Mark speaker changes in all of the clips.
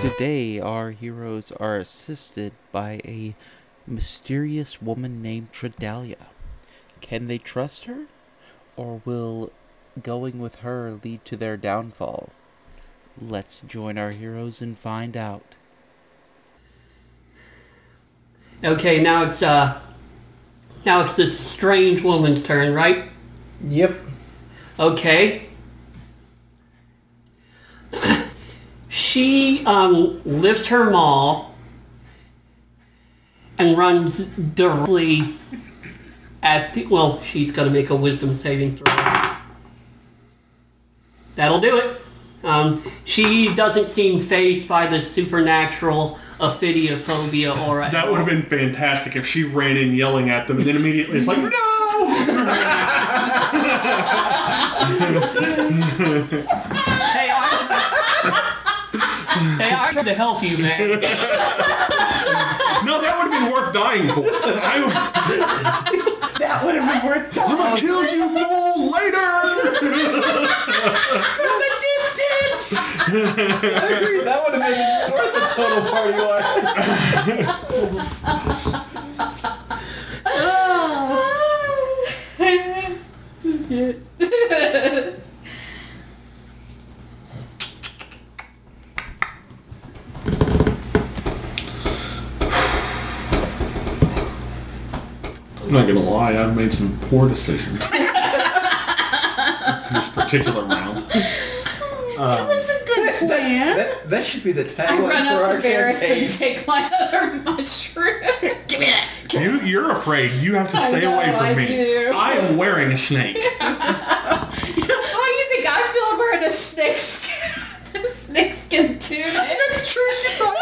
Speaker 1: Today, our heroes are assisted by a mysterious woman named Tredalia. Can they trust her? Or will going with her lead to their downfall? Let's join our heroes and find out.
Speaker 2: Okay, now it's uh now it's this strange woman's turn, right?
Speaker 3: Yep.
Speaker 2: Okay. she um lifts her maul and runs directly at the well, she's gotta make a wisdom saving throw. That'll do it. Um, she doesn't seem phased by the supernatural ophidiophobia aura.
Speaker 4: That would have been fantastic if she ran in yelling at them and then immediately it's like, no!
Speaker 2: Hey, Arthur. hey, Arthur, to help you, man.
Speaker 4: No, that would have been worth dying for. I
Speaker 3: That would have been worth
Speaker 4: would,
Speaker 3: time
Speaker 4: I'm gonna kill you fool later!
Speaker 3: from a distance. I agree. That would have been worth a total party watch.
Speaker 4: I'm not gonna lie, I've made some poor decisions. in this particular round.
Speaker 5: That was a good plan.
Speaker 3: Um, That, that should be the
Speaker 5: I run
Speaker 3: tagline for
Speaker 5: up
Speaker 3: our
Speaker 5: to Barris and
Speaker 3: campaign.
Speaker 5: take my other mushroom. Give me that.
Speaker 4: You, you're afraid. You have to
Speaker 5: I
Speaker 4: stay
Speaker 5: know,
Speaker 4: away from
Speaker 5: I
Speaker 4: me.
Speaker 5: do.
Speaker 4: I am wearing a snake.
Speaker 5: Why do you think I feel I'm wearing a snake skin? snake skin tunic. That's true. She's not.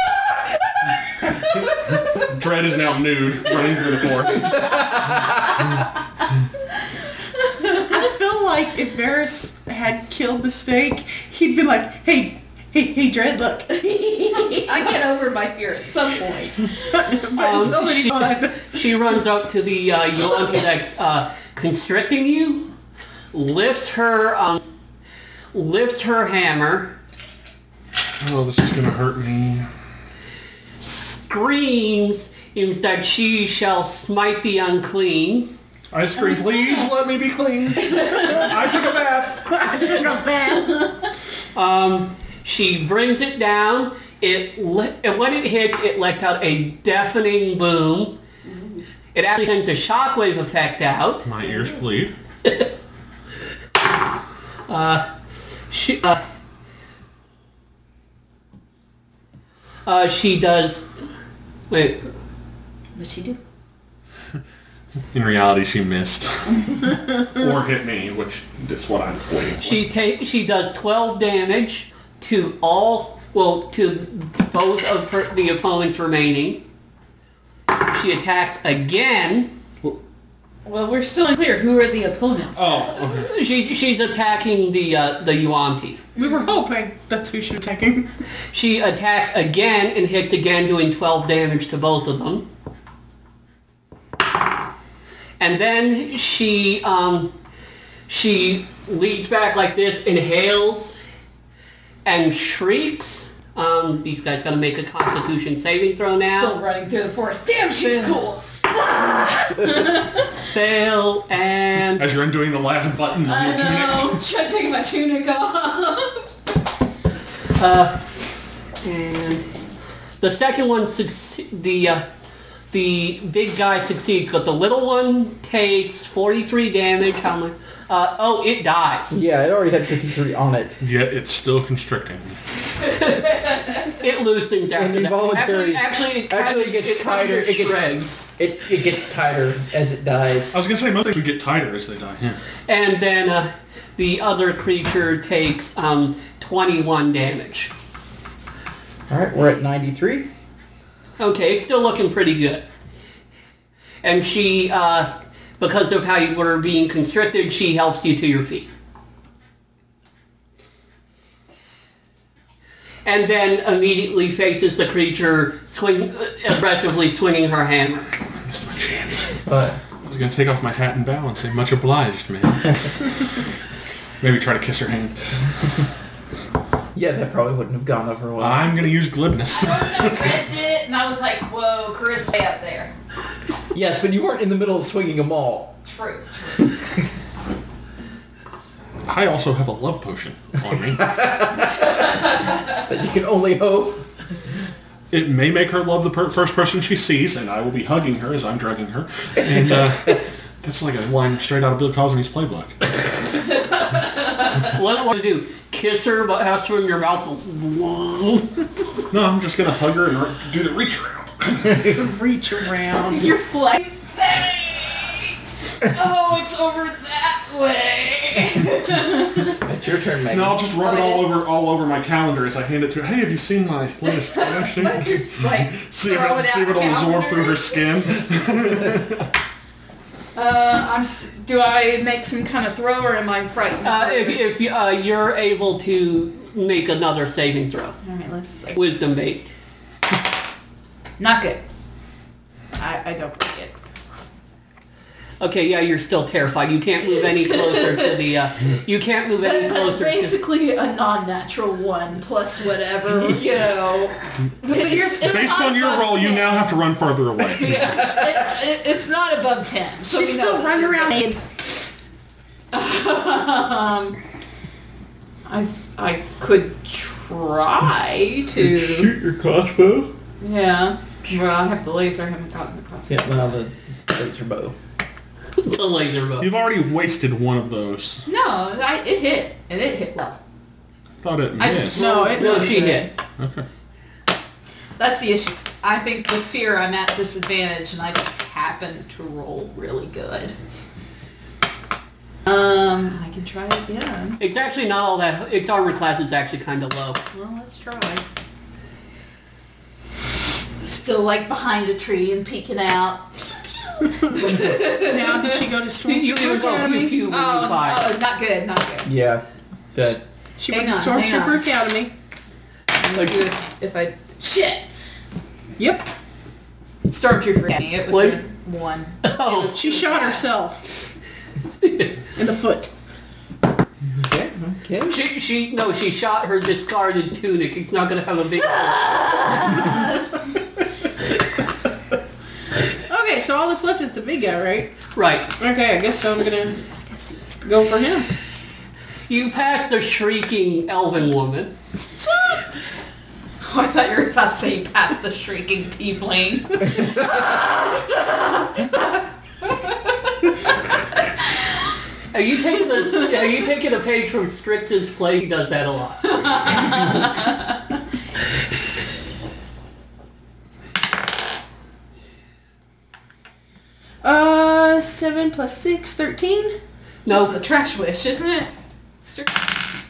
Speaker 4: Dread is now nude, running through the forest.
Speaker 6: I feel like if Varys had killed the snake, he'd be like, hey, hey, hey, Dread, look.
Speaker 5: I get over my fear at some point.
Speaker 6: but it's
Speaker 2: Um,
Speaker 6: already
Speaker 2: she-
Speaker 6: fun.
Speaker 2: She runs up to the uh, Yolanta that's uh, constricting you, lifts her, um, lifts her hammer,
Speaker 4: Oh, this is gonna hurt me.
Speaker 2: screams that she shall smite the unclean.
Speaker 4: I scream, please let me be clean. I took a bath.
Speaker 2: She brings it down. It le- and when it hits, it lets out a deafening boom. It actually sends a shockwave effect out.
Speaker 4: My ears bleed.
Speaker 2: She uh, uh she does wait
Speaker 5: What'd she do?
Speaker 4: In reality, she missed. or hit me, which is what I'm waiting for.
Speaker 2: she take she does 12 damage to all well to both of her, the opponents remaining she attacks again
Speaker 5: Well, we're still unclear. Who are the opponents?
Speaker 4: Oh, okay.
Speaker 2: she, she's attacking the uh, the Yuanti.
Speaker 6: We were hoping that's who she was attacking.
Speaker 2: She attacks again and hits again, doing 12 damage to both of them. And then she um, she leads back like this, inhales, and shrieks. Um, these guys gotta make a Constitution saving throw now.
Speaker 5: Still running through the forest. Damn, she's cool.
Speaker 2: Fail and
Speaker 4: As you're undoing the last button on
Speaker 5: I
Speaker 4: your tunic.
Speaker 5: know. Should I take my tunic off?
Speaker 2: and the second one succe- the uh, the big guy succeeds, but the little one takes 43 damage. How much? Uh, oh, it dies.
Speaker 3: Yeah, it already had 53 on it.
Speaker 4: Yet it's still constricting.
Speaker 2: It loosens after
Speaker 3: And the
Speaker 2: that.
Speaker 3: voluntary-
Speaker 2: Actually, actually, it,
Speaker 3: actually, it gets tighter, it gets-
Speaker 2: shreds.
Speaker 3: It, it gets tighter as it dies.
Speaker 4: I was gonna say most things would get tighter as they die. Yeah.
Speaker 2: And then uh, the other creature takes um, 21 damage.
Speaker 3: Alright, we're at 93.
Speaker 2: Okay, it's still looking pretty good. And she, uh, because of how you were being constricted, she helps you to your feet. And then immediately faces the creature, swing uh, aggressively swinging her hammer.
Speaker 4: I missed my chance.
Speaker 3: But
Speaker 4: I was gonna take off my hat and bow and say, much obliged, man. Maybe try to kiss her hand.
Speaker 3: Yeah, that probably wouldn't have gone over well. Uh,
Speaker 4: I'm gonna use glibness.
Speaker 5: Chris did it, and I was like, whoa, Chris way up there.
Speaker 3: yes, but you weren't in the middle of swinging a maul.
Speaker 5: True.
Speaker 4: I also have a love potion on me.
Speaker 3: That you can only hope.
Speaker 4: It may make her love the per- first person she sees, and I will be hugging her as I'm drugging her. And uh, that's like a line straight out of Bill Cosby's playbook.
Speaker 2: What do I want to do? Kiss her, but have to in your mouth.
Speaker 4: No, I'm just gonna hug her and re- do the reach around.
Speaker 6: Reach around.
Speaker 5: You're flying. Thanks! Oh, it's over that way.
Speaker 3: It's your turn, Megan.
Speaker 4: No, I'll just rub it
Speaker 5: Oh,
Speaker 4: all
Speaker 5: yeah.
Speaker 4: over all over my calendar as I hand it to her. Hey, have you seen my latest collection?
Speaker 5: Just like
Speaker 4: see if
Speaker 5: throw
Speaker 4: it,
Speaker 5: out
Speaker 4: see if it'll absorb
Speaker 5: calendar.
Speaker 4: through her skin.
Speaker 6: Uh, I'm. s do I make some kind of throw, or am I frightened?
Speaker 2: Uh, if if you, uh, you're able to make another saving throw,
Speaker 6: All right, let's see.
Speaker 2: wisdom based.
Speaker 6: Not good. I, I don't like it.
Speaker 2: Okay, yeah, you're still terrified. You can't move any closer to the. Uh, you can't move any
Speaker 7: That- That's
Speaker 2: closer. to,
Speaker 7: basically a non-natural one plus whatever, you know.
Speaker 6: But you're
Speaker 7: It's- it's
Speaker 4: Based
Speaker 7: not
Speaker 4: on your
Speaker 7: above
Speaker 4: role, you
Speaker 7: 10.
Speaker 4: now have to run farther away.
Speaker 7: It, it, it's not above ten. So
Speaker 6: She's
Speaker 7: we know
Speaker 6: still
Speaker 7: this
Speaker 6: running
Speaker 7: is
Speaker 6: around.
Speaker 7: bad.
Speaker 5: I, s- I could try to.
Speaker 4: Shoot your crossbow.
Speaker 5: Yeah. Well, I have the laser. I haven't gotten the crossbow.
Speaker 3: Yeah, now the laser bow.
Speaker 2: the laser bow.
Speaker 4: You've already wasted one of those.
Speaker 5: No, I, it hit. And it hit well.
Speaker 4: Thought it missed.
Speaker 5: I just-
Speaker 6: No, it
Speaker 2: No, she hit.
Speaker 5: That's the issue. I think with fear, I'm at disadvantage, and I just happen to roll really good. Um, I can try again.
Speaker 2: It's actually not all that. Its armor class is actually kind of low.
Speaker 5: Well, let's try.
Speaker 7: Still like behind a tree and peeking out.
Speaker 6: Now, did she go to
Speaker 2: You, you
Speaker 6: Stormtrooper
Speaker 2: even go pew
Speaker 6: Academy?
Speaker 2: pew when you fire.
Speaker 5: Oh, oh, not good, not good.
Speaker 3: Yeah, that
Speaker 6: She
Speaker 5: Hang
Speaker 6: went to
Speaker 5: on, hang on.
Speaker 6: Stormtrooper Academy.
Speaker 5: Let me see if, if I shit
Speaker 6: Yep.
Speaker 5: stormtrooper. Academy, It was
Speaker 2: What?
Speaker 5: a one.
Speaker 2: Oh.
Speaker 5: It was
Speaker 6: She
Speaker 5: too
Speaker 6: shot
Speaker 5: bad.
Speaker 6: herself in the foot.
Speaker 3: okay. Okay.
Speaker 2: She, she no, she shot her discarded tunic. It's not gonna have a big.
Speaker 6: Okay, so all that's left is the big guy, right?
Speaker 2: right.
Speaker 6: Okay, I guess so. I'm gonna go for him.
Speaker 2: You pass the shrieking elven woman.
Speaker 5: Oh, I thought you were about to say you passed the shrieking tiefling.
Speaker 2: Are you taking a, are you taking a page from Strix's play? He does that a lot.
Speaker 6: Uh, seven plus six, thirteen.
Speaker 5: That's the
Speaker 2: No,
Speaker 5: trash wish, isn't it? Stri-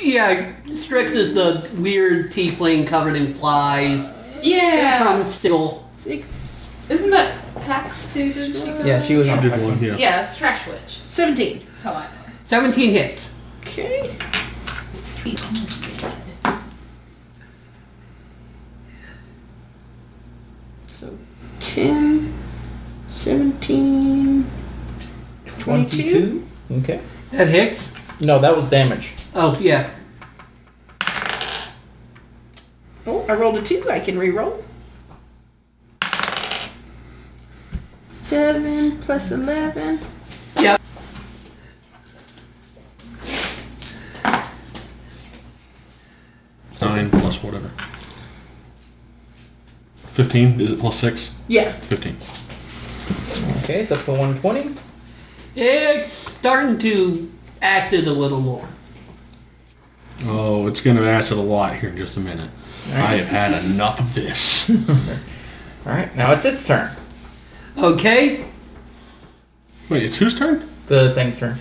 Speaker 2: yeah, Strix is the weird tiefling covered in flies
Speaker 5: Yeah.
Speaker 2: from Sigil.
Speaker 6: Six.
Speaker 5: Isn't that Pax too? Didn't she? go?
Speaker 3: Yeah, she was on
Speaker 4: She did
Speaker 3: Python.
Speaker 4: one, yeah.
Speaker 5: Yeah, it's trash witch.
Speaker 6: Seventeen.
Speaker 5: That's how I know. her.
Speaker 2: Seventeen hits.
Speaker 6: Okay.
Speaker 5: Sweet. almost made it.
Speaker 6: So 10, 17.
Speaker 3: 22? Okay.
Speaker 2: That hits.
Speaker 3: No, that was damage.
Speaker 2: Oh yeah.
Speaker 6: Oh, I rolled a 2. I can re-roll. 7 plus 11.
Speaker 2: Yeah.
Speaker 4: Nine plus whatever. Fifteen? Is it plus six?
Speaker 6: Yeah.
Speaker 4: Fifteen.
Speaker 3: Okay, it's up to 120.
Speaker 2: It's starting to acid a little more.
Speaker 4: Oh, it's gonna acid a lot here in just a minute. I have had enough of this.
Speaker 3: All right, now it's its turn.
Speaker 2: Okay.
Speaker 4: Wait, it's whose turn?
Speaker 3: The thing's turn.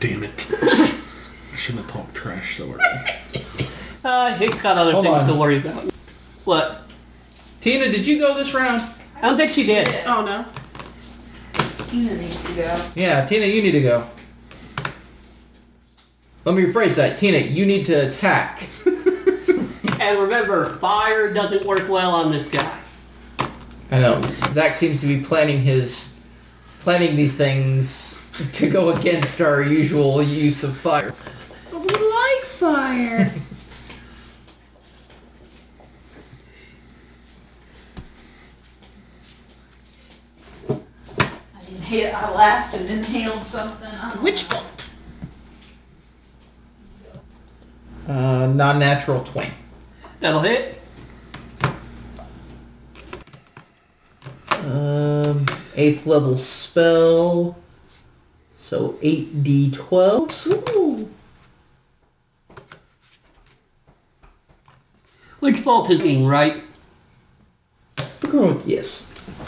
Speaker 4: Damn it. I shouldn't have talked trash so early.
Speaker 2: Uh, Hick's got other
Speaker 3: Hold
Speaker 2: things
Speaker 3: on.
Speaker 2: to worry about. What?
Speaker 3: Tina, did you go this round?
Speaker 2: I don't think she did.
Speaker 6: Oh, no.
Speaker 5: Tina needs to go.
Speaker 3: Yeah, Tina, you need to go. Let me rephrase that. Tina, you need to attack.
Speaker 2: And remember, fire doesn't work well on this guy.
Speaker 3: I know. Um, Zach seems to be planning his planning these things to go against our usual use of fire.
Speaker 6: But we like fire.
Speaker 7: I, inhaled, I laughed and inhaled something. I don't
Speaker 6: Which
Speaker 7: know.
Speaker 6: bolt?
Speaker 3: Uh, non-natural 20.
Speaker 2: That'll hit.
Speaker 3: Um, eighth level spell. So 8d12.
Speaker 2: Which bolt is being right?
Speaker 3: We're going with yes.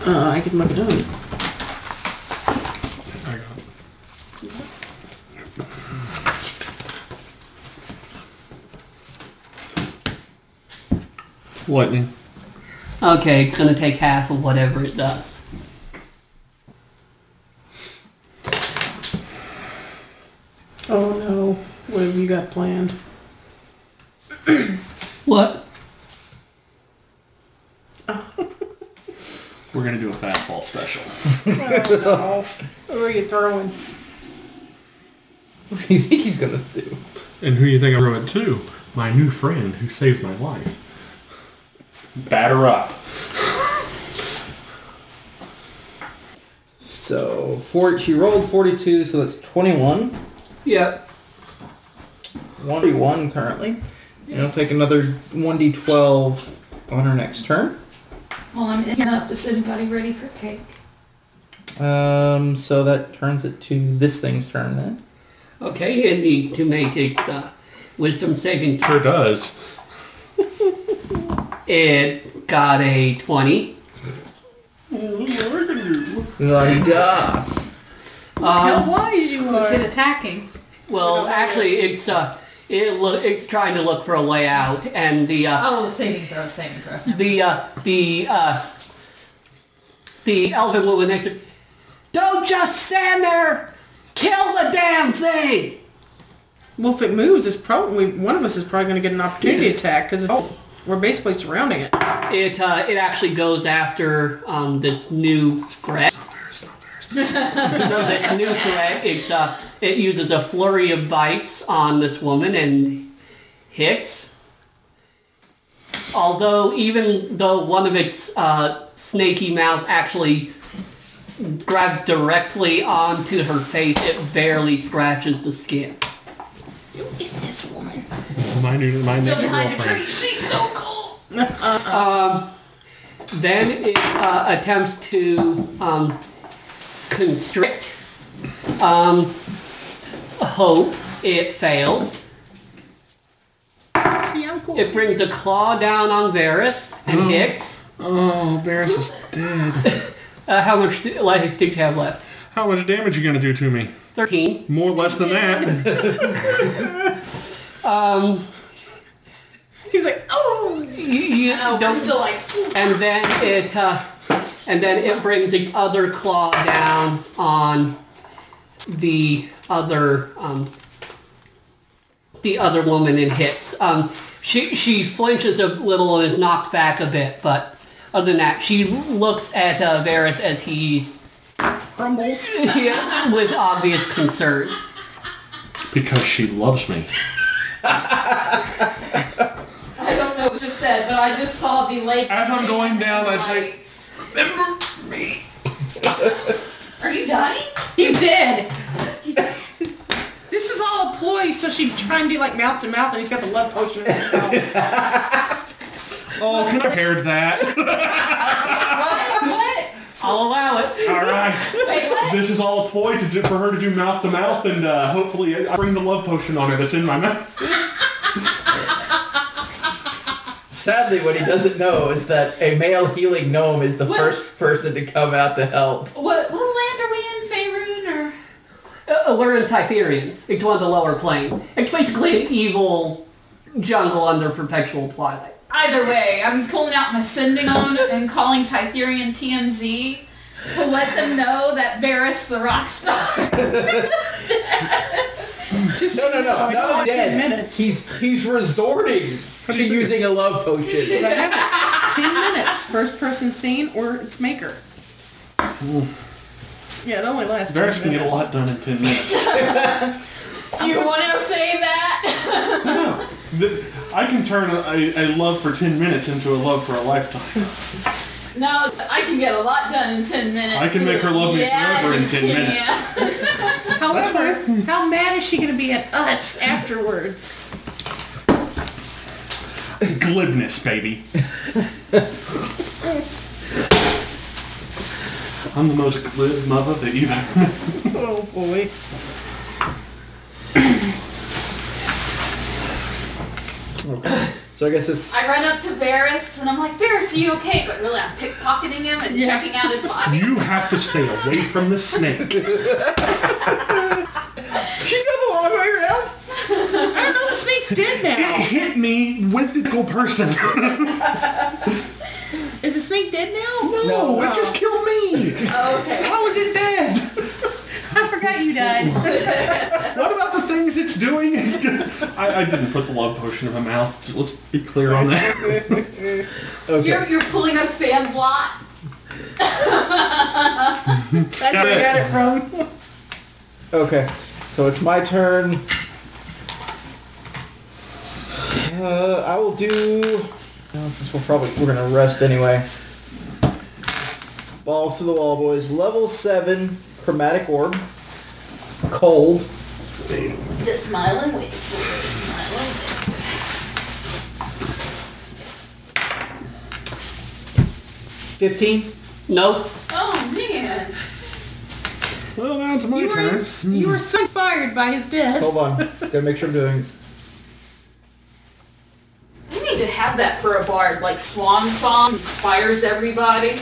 Speaker 6: Uh, I can look it up.
Speaker 4: I got it. Lightning.
Speaker 2: Okay, it's gonna take half of whatever it does.
Speaker 6: Oh no. What have you got planned?
Speaker 2: What?
Speaker 4: We're gonna do a fastball special.
Speaker 6: What are you throwing?
Speaker 3: What do you think he's going to do?
Speaker 4: And who do you think I wrote it to? My new friend who saved my life. Batter up.
Speaker 3: So four, she rolled 42, so that's 21.
Speaker 2: Yep.
Speaker 3: 1d1 currently. And it'll take another 1d12 on her next turn.
Speaker 7: While I'm in here, is anybody ready for cake?
Speaker 3: Um, so that turns it to this thing's turn then.
Speaker 2: Okay, it needs to make its uh, wisdom saving throw.
Speaker 4: Sure does.
Speaker 2: It got a 20.
Speaker 3: Like, ah. Um,
Speaker 6: How wise you
Speaker 5: Who's it
Speaker 6: are.
Speaker 5: attacking?
Speaker 2: Well, actually, it's uh, it look it's trying to look for a way out, and the uh,
Speaker 5: Oh, saving throw, saving throw.
Speaker 2: the uh, the uh, the elven woman next to don't just stand there kill the damn thing
Speaker 6: Well, if it moves, it's probably one of us is probably going to get an opportunity attack because we're basically surrounding it.
Speaker 2: it uh, it actually goes after um, this new threat no, this new threat it's uh, it uses a flurry of bites on this woman and hits although even though one of its uh, snaky mouth actually grabs directly onto her face it barely scratches the skin
Speaker 7: Who is this woman?
Speaker 4: My new my
Speaker 7: Still
Speaker 4: next
Speaker 7: behind a tree.
Speaker 4: girlfriend.
Speaker 7: She's so cool.
Speaker 2: Then it uh, attempts to um, constrict um, hope. It fails.
Speaker 6: See, I'm cool.
Speaker 2: It brings a claw down on Varus and hits.
Speaker 4: Oh, Barris is dead.
Speaker 2: Uh, how much d- life do you have left?
Speaker 4: How much damage you gonna do to me?
Speaker 2: 13.
Speaker 4: More or less than that.
Speaker 6: He's like, oh,
Speaker 2: You, you
Speaker 7: No, uh, we're
Speaker 2: don't-
Speaker 7: still like, ooh.
Speaker 2: and then it uh, and then it brings its other claw down on the other um, the other woman and hits. Um, she she flinches a little and is knocked back a bit, but other than that, she looks at uh, Varys as he's
Speaker 6: crumbles.
Speaker 2: yeah, with obvious concern.
Speaker 4: Because she loves me.
Speaker 5: I don't know what you said, but I just saw the lake.
Speaker 4: As I'm going down, I say,
Speaker 5: lights.
Speaker 4: remember me.
Speaker 5: Are you dying?
Speaker 6: He's dead. This is all a ploy, so she's trying to be like mouth to mouth, and he's got the love potion in his mouth.
Speaker 4: Oh, can I compared that.
Speaker 5: what?
Speaker 2: I'll allow it.
Speaker 4: All right.
Speaker 5: Wait, what?
Speaker 4: This is all a ploy to do, for her to do mouth to mouth, and uh, hopefully I bring the love potion on her that's in my mouth.
Speaker 3: Sadly, what he doesn't know is that a male healing gnome is the
Speaker 5: Well-
Speaker 3: first person to come out to help.
Speaker 6: Oh
Speaker 5: What, what land are we in, Faerun, or?
Speaker 2: Uh, we're in Tytherian. It's one of the lower planes. It's basically an evil jungle under perpetual twilight.
Speaker 5: Either way, I'm pulling out my sending on and calling Tytherian TMZ to let them know that Varys the rock star.
Speaker 6: Just
Speaker 3: No, no, no,
Speaker 6: in
Speaker 3: not
Speaker 6: about
Speaker 3: dead.
Speaker 6: ten minutes.
Speaker 3: He's he's resorting to using a love potion.
Speaker 6: He's like, I have it. ten minutes. First person seen or its maker. Yeah, it only lasts.
Speaker 4: Barris
Speaker 6: 10
Speaker 4: can get a
Speaker 6: minutes.
Speaker 4: lot done in 10 minutes.
Speaker 5: Do you want to say that?
Speaker 4: No, th- I can turn a, a love for 10 minutes into a love for a lifetime.
Speaker 5: No, I can get a lot done in 10 minutes.
Speaker 4: I can make her love me
Speaker 5: Yeah,
Speaker 4: forever in
Speaker 5: you
Speaker 4: 10
Speaker 5: can,
Speaker 4: minutes.
Speaker 5: yeah.
Speaker 6: However, how mad is she going to be at us afterwards?
Speaker 4: Glibness, baby. I'm the most glib mother that you've ever met.
Speaker 6: Oh boy.
Speaker 3: So I guess it's
Speaker 5: I run up to Varys and I'm like, Varys, are you okay? But really, I'm pickpocketing him and checking out his body.
Speaker 4: You have to stay away from the snake.
Speaker 6: She go the long way around. I don't know. The snake's dead now.
Speaker 4: Hit me with the go person.
Speaker 6: Is the snake dead now?
Speaker 4: No, Oh, it just killed me.
Speaker 5: Oh, okay.
Speaker 4: How is it dead?
Speaker 6: I forgot you died.
Speaker 4: What about the things it's doing? It's good. I, I didn't put the love potion in my mouth. Let's be clear on that.
Speaker 5: You're, you're pulling a sand blot.
Speaker 6: That's where I got it from.
Speaker 3: Okay, so it's my turn. Uh, I will do. Well, since we're probably we're gonna rest anyway. Balls to the wall, boys. Level seven chromatic orb. Cold.
Speaker 7: The smiling wig. The smiling wig.
Speaker 3: Fifteen.
Speaker 2: No.
Speaker 5: Oh, man.
Speaker 4: Well, now it's my
Speaker 6: You were,
Speaker 4: turn.
Speaker 6: ins- you were so inspired by his death.
Speaker 3: Hold on. Gotta make sure I'm doing.
Speaker 5: We need to have that for a bard, like swan song inspires everybody.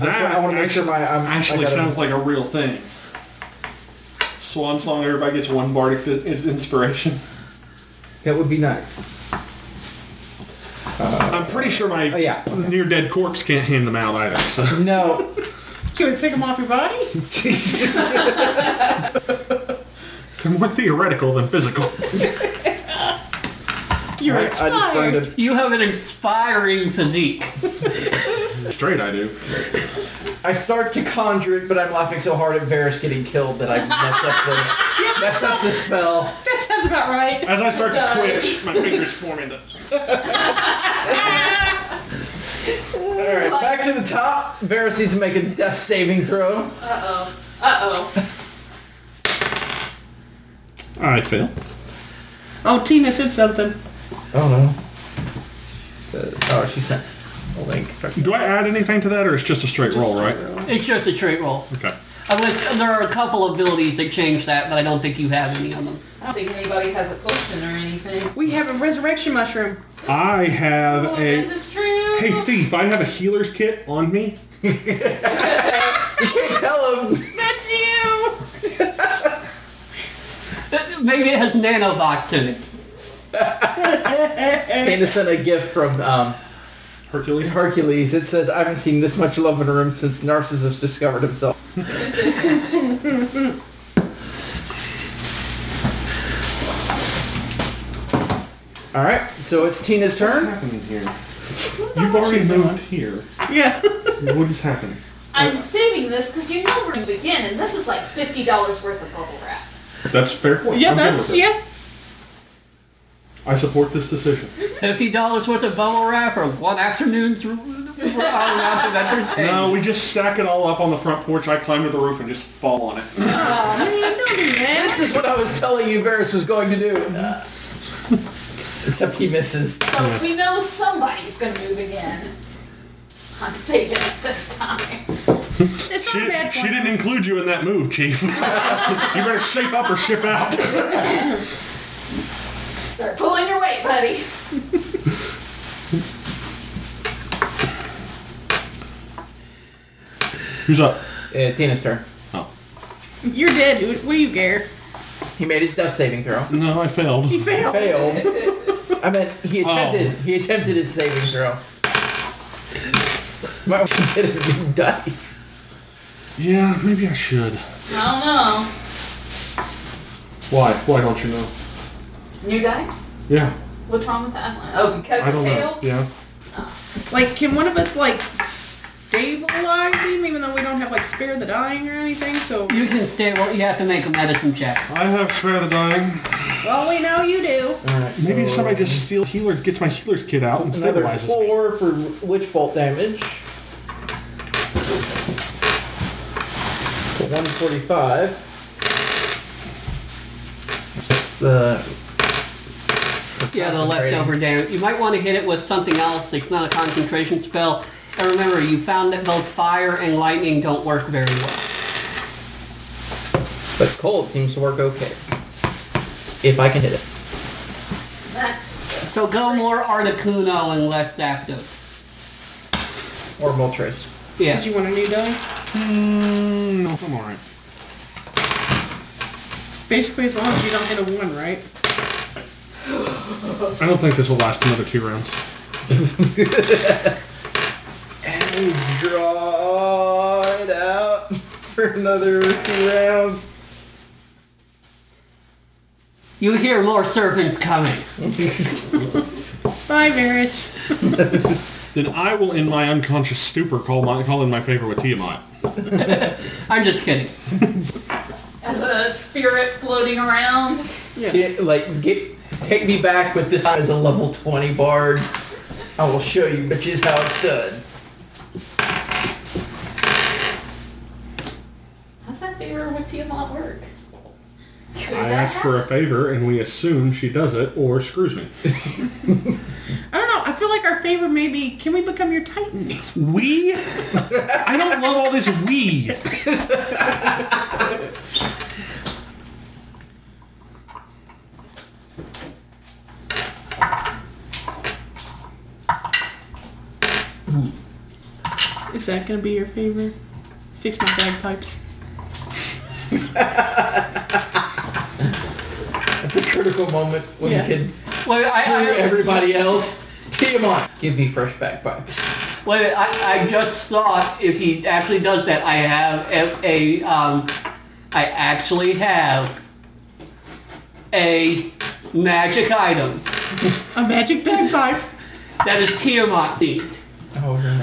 Speaker 3: I want to make sure my. I'm,
Speaker 4: actually
Speaker 3: I gotta-
Speaker 4: sounds like a real thing. Swan song. Everybody gets one bardic i- is inspiration.
Speaker 3: That would be nice.
Speaker 4: I'm pretty sure my
Speaker 3: Oh, yeah.
Speaker 4: near dead corpse can't hand them out either. So
Speaker 3: No.
Speaker 6: You would pick him off your body?
Speaker 4: they're more theoretical than physical.
Speaker 6: You're
Speaker 3: I just burned
Speaker 6: inspired.
Speaker 3: it.
Speaker 2: You have an inspiring physique.
Speaker 4: Straight, I do.
Speaker 3: I start to conjure it, but I'm laughing so hard at Varys getting killed that I mess up the
Speaker 6: Yeah,
Speaker 3: mess up the spell.
Speaker 6: that sounds about right.
Speaker 4: As I start to
Speaker 5: Does.
Speaker 4: twitch, my fingers form into.
Speaker 3: All right, back to the top. Varys needs to make a death saving throw.
Speaker 5: Uh-oh. Uh-oh.
Speaker 4: All right, Phil.
Speaker 6: Oh, Tina said something.
Speaker 3: Oh no. oh, she sent a link.
Speaker 4: Do I add anything to that, or it's just a straight roll, right?
Speaker 2: It's just a straight roll.
Speaker 4: Okay.
Speaker 2: Unless there are a couple abilities that change that, but I don't think you have any of them.
Speaker 5: I don't think anybody has a potion or anything.
Speaker 6: We have a resurrection mushroom.
Speaker 4: I have
Speaker 5: Oh,
Speaker 4: a.
Speaker 5: this is true.
Speaker 4: Hey thief, I have a healer's kit on me.
Speaker 3: You can't tell him.
Speaker 6: That's you.
Speaker 2: Th- Uh, Maybe it has nanobots in it.
Speaker 3: Dana sent a gift from um,
Speaker 4: Hercules.
Speaker 3: Hercules. It says, "I haven't seen this much love in a room since Narcissus discovered himself." All right, so it's Tina's turn.
Speaker 4: happening here? You've already moved here.
Speaker 6: Yeah.
Speaker 4: What is happening?
Speaker 5: I'm saving this because you know we're going to begin, and this is like $50 worth of bubble wrap.
Speaker 4: That's fair point.
Speaker 6: Yeah,
Speaker 4: I'm good
Speaker 6: that's
Speaker 4: with it.
Speaker 6: yeah.
Speaker 4: I support this decision.
Speaker 2: Fifty dollars worth of bubble wrap or one afternoon's r- r- rounds of entertainment.
Speaker 4: No, Uh, we just stack it all up on the front porch. I climb to the roof and just fall on it.
Speaker 6: Oh, man, don't do that.
Speaker 3: This is what I was telling you Varys was going to do. Except he misses.
Speaker 5: So we know somebody's going to move again. I'm saving it this time.
Speaker 6: It's not a
Speaker 4: She,
Speaker 6: bad
Speaker 4: she
Speaker 6: one.
Speaker 4: didn't include you in that move, Chief. you better shape up or ship out.
Speaker 5: Start pulling your weight, buddy.
Speaker 4: Who's up?
Speaker 3: Uh, Tina's turn.
Speaker 4: Oh.
Speaker 6: You're dead. dude. What do you care?
Speaker 3: He made his death saving throw.
Speaker 4: No, I failed.
Speaker 6: He failed.
Speaker 3: Failed. I meant he
Speaker 4: Oh.
Speaker 3: attempted. He attempted his saving throw. Might want to get a new dice.
Speaker 4: Yeah, maybe I should.
Speaker 5: I
Speaker 4: Why? Why don't you know?
Speaker 5: don't know. New dice?
Speaker 4: Yeah,
Speaker 5: What's wrong with that one? Oh, because
Speaker 4: I
Speaker 5: of
Speaker 4: don't know.
Speaker 5: Kale?
Speaker 4: Yeah.
Speaker 6: Like, can one of us like stabilize him, even though we don't have like spare the dying or anything? So
Speaker 2: You can stay. Well, you have to make a medicine check.
Speaker 4: I have spare the dying.
Speaker 6: Well, we know you do.
Speaker 4: Alright, maybe
Speaker 3: so-
Speaker 4: somebody just steal healer, gets my healer's kid out and
Speaker 3: Another
Speaker 4: stabilizes. me.
Speaker 3: four for witch bolt damage. For 145. It's the
Speaker 2: Yeah, the
Speaker 3: Concentrating.
Speaker 2: leftover damage. You might want to hit it with something else that's not a concentration spell. And remember, you found that both fire and lightning don't work very well.
Speaker 3: but cold seems to work okay. If I can hit it.
Speaker 5: That's
Speaker 2: So go more Articuno and less Zapdos.
Speaker 3: Or Moltres.
Speaker 2: Yeah.
Speaker 6: Did you want a new die?
Speaker 4: Mm, no, I'm alright.
Speaker 6: Basically, as long as you don't hit a one, right?
Speaker 4: I don't think this will last another two rounds.
Speaker 3: And draw it out for another two rounds.
Speaker 2: You hear more serpents coming.
Speaker 6: Bye, Varys.
Speaker 4: Then I will, in my unconscious stupor, call my call in my favor with Tiamat.
Speaker 2: I'm just kidding.
Speaker 5: as a spirit floating around.
Speaker 3: Yeah, like get take me back with this as a level 20 bard. I will show you bitches how it's done.
Speaker 5: How's that favor with Tiamat work?
Speaker 4: I ask for a favor, and we assume she does it or screws me.
Speaker 6: I don't know. I feel like our favor may be, can we become your titans?
Speaker 4: We? I don't love all this we.
Speaker 6: Is that gonna be your favor? Fix my bagpipes.
Speaker 3: At the critical moment when
Speaker 6: Yeah.
Speaker 3: you can
Speaker 2: Wait,
Speaker 3: screw
Speaker 2: I,
Speaker 3: everybody else. Tiamat, give me fresh bagpipes.
Speaker 2: I, wait, I, I just thought if he actually does that, I have a, a um, I actually have a magic item
Speaker 6: A magic bagpipe.
Speaker 2: that is Tiamat themed.
Speaker 3: Oh, no.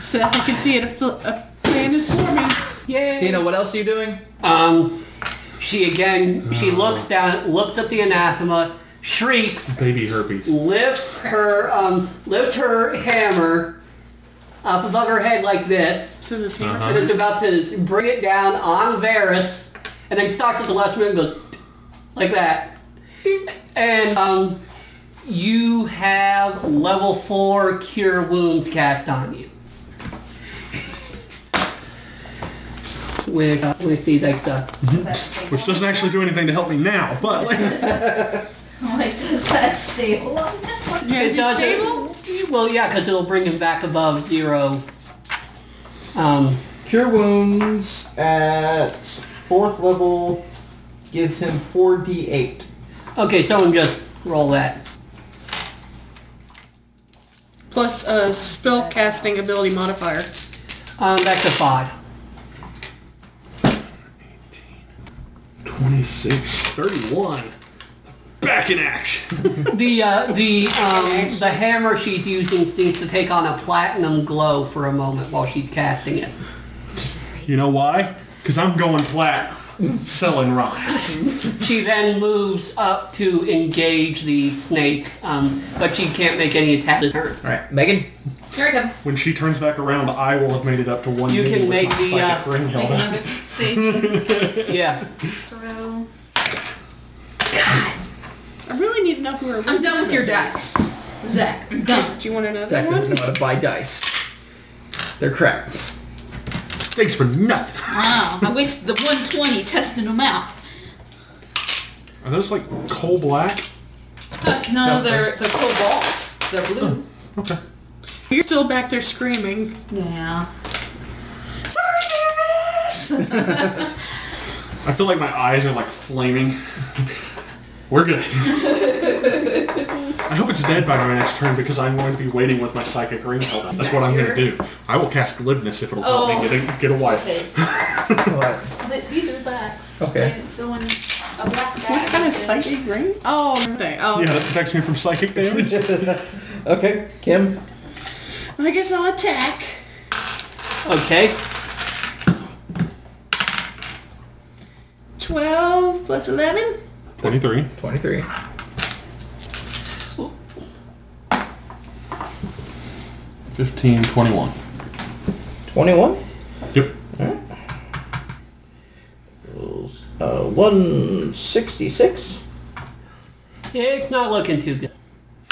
Speaker 6: so that I can see it. A, fl- a plan is forming.
Speaker 2: Yay!
Speaker 3: Tina, what else are you doing?
Speaker 2: Um, she again, she looks down, looks at the anathema, shrieks,
Speaker 4: Baby herpes.
Speaker 2: lifts her, um, lifts her hammer up above her head like this,
Speaker 6: So this hammer.
Speaker 2: and is about to bring it down on Varus, and then stops at the left minute and goes, like that. And, um, you have level four cure wounds cast on you. Which, uh, let me see, like the
Speaker 5: Does that stay
Speaker 4: Which doesn't actually do anything to help me now, but
Speaker 5: Like, does that stabilize him?
Speaker 6: Yeah, is he
Speaker 2: does it-
Speaker 6: stable?
Speaker 2: Well, yeah, because it'll bring him back above zero. Um,
Speaker 3: Cure wounds at fourth level gives him 4d8.
Speaker 2: okay, someone just roll that.
Speaker 6: Plus a spell casting ability modifier.
Speaker 2: Um, that's a five.
Speaker 4: 26, 31. Back in action.
Speaker 2: The uh, the um, the hammer she's using seems to take on a platinum glow for a moment while she's casting it.
Speaker 4: You know why? Because I'm going plat. Selling rhymes.
Speaker 2: She then moves up to engage the snake, um, but she can't make any attacks this turn.
Speaker 3: Alright, Megan?
Speaker 5: Here I go.
Speaker 4: When she turns back around, I will have made it up to one.
Speaker 2: You
Speaker 4: knee
Speaker 2: can
Speaker 4: with
Speaker 2: make
Speaker 4: my
Speaker 2: the,
Speaker 4: psychic
Speaker 2: uh,
Speaker 4: ring
Speaker 5: Make
Speaker 4: held
Speaker 5: another
Speaker 4: up.
Speaker 5: saving
Speaker 2: Yeah.
Speaker 5: throw.
Speaker 6: I really need to know who our
Speaker 5: I'm done with your
Speaker 6: witness
Speaker 5: dice. Zach, I'm done.
Speaker 6: is. Do you want another
Speaker 3: Zach doesn't
Speaker 6: one?
Speaker 3: know how to buy dice. They're crap.
Speaker 4: Thanks for nothing.
Speaker 5: Wow, Ah, I wasted the 120 testing them out.
Speaker 4: Are those like coal black?
Speaker 5: Uh, no, they're, they're cobalt. They're blue.
Speaker 4: Okay.
Speaker 6: You're still back there screaming.
Speaker 5: Yeah. Sorry, Nervous!
Speaker 4: I feel like my eyes are like flaming. We're good. I hope it's dead by my next turn because I'm going to be waiting with my psychic ring held up. That's what I'm going to do. I will cast glibness if it'll help me
Speaker 5: Oh.
Speaker 4: get a, get a wife.
Speaker 3: What?
Speaker 5: Th- These are Zach's.
Speaker 3: Okay.
Speaker 5: The one, a black bag.
Speaker 6: What kind of
Speaker 5: with
Speaker 6: psychic ring? Oh, they. Oh,
Speaker 4: Yeah, that protects me from psychic damage.
Speaker 3: Okay, Kim?
Speaker 6: I guess I'll attack.
Speaker 2: Okay.
Speaker 6: Twelve plus eleven.
Speaker 4: Twenty-three.
Speaker 3: 23.
Speaker 4: Fifteen. Twenty-one.
Speaker 3: 21?
Speaker 4: Yep.
Speaker 3: Rolls, Uh, 166.
Speaker 2: It's not looking too good.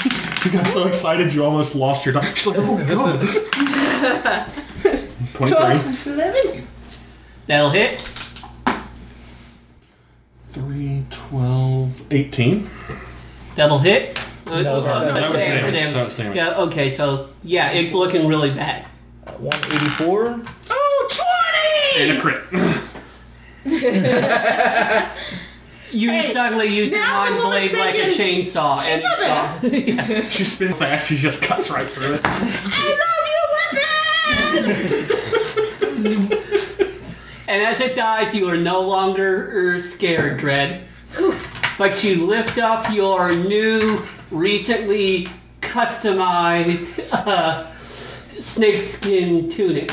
Speaker 4: You got so excited you almost lost your dog. She's like, oh god.
Speaker 6: Twelve
Speaker 4: Twenty-three.
Speaker 6: plus eleven.
Speaker 2: That'll hit.
Speaker 4: Three, twelve, eighteen.
Speaker 2: That'll hit. Uh,
Speaker 3: No,
Speaker 2: uh,
Speaker 3: that- that
Speaker 2: that's
Speaker 4: was
Speaker 2: damage,
Speaker 4: damage,
Speaker 2: damage.
Speaker 4: that was damage.
Speaker 2: Yeah, okay, so, yeah, it's looking really bad.
Speaker 3: Uh, 184.
Speaker 6: Oh, 20!
Speaker 4: And a crit.
Speaker 2: You
Speaker 6: Hey,
Speaker 2: suddenly use your
Speaker 6: now
Speaker 2: mind
Speaker 6: the
Speaker 2: blade
Speaker 6: woman's
Speaker 2: like a
Speaker 6: thinking,
Speaker 2: chainsaw.
Speaker 6: "She's not
Speaker 2: and uh, it's gone.
Speaker 4: she spins fast. She just cuts right through it.
Speaker 6: I love your weapon!
Speaker 2: and as it dies, you are no longer er, scared, Dread. But you lift up your new, recently customized uh, snakeskin tunic.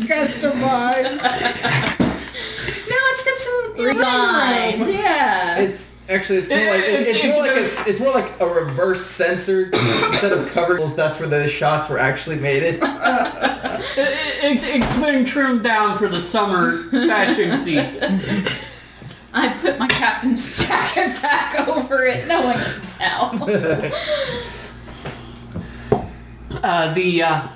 Speaker 6: Customized. now it's got some
Speaker 7: Resigned.
Speaker 6: leg room.
Speaker 7: Yeah.
Speaker 3: It's actually it's more like it- it's more like a, it's more like a reverse censored instead of covered. That's where those shots were actually made. It.
Speaker 2: It, it, it's, it's been trimmed down for the summer fashion season.
Speaker 5: I put my captain's jacket back over it. No one can tell.
Speaker 2: Uh, the uh,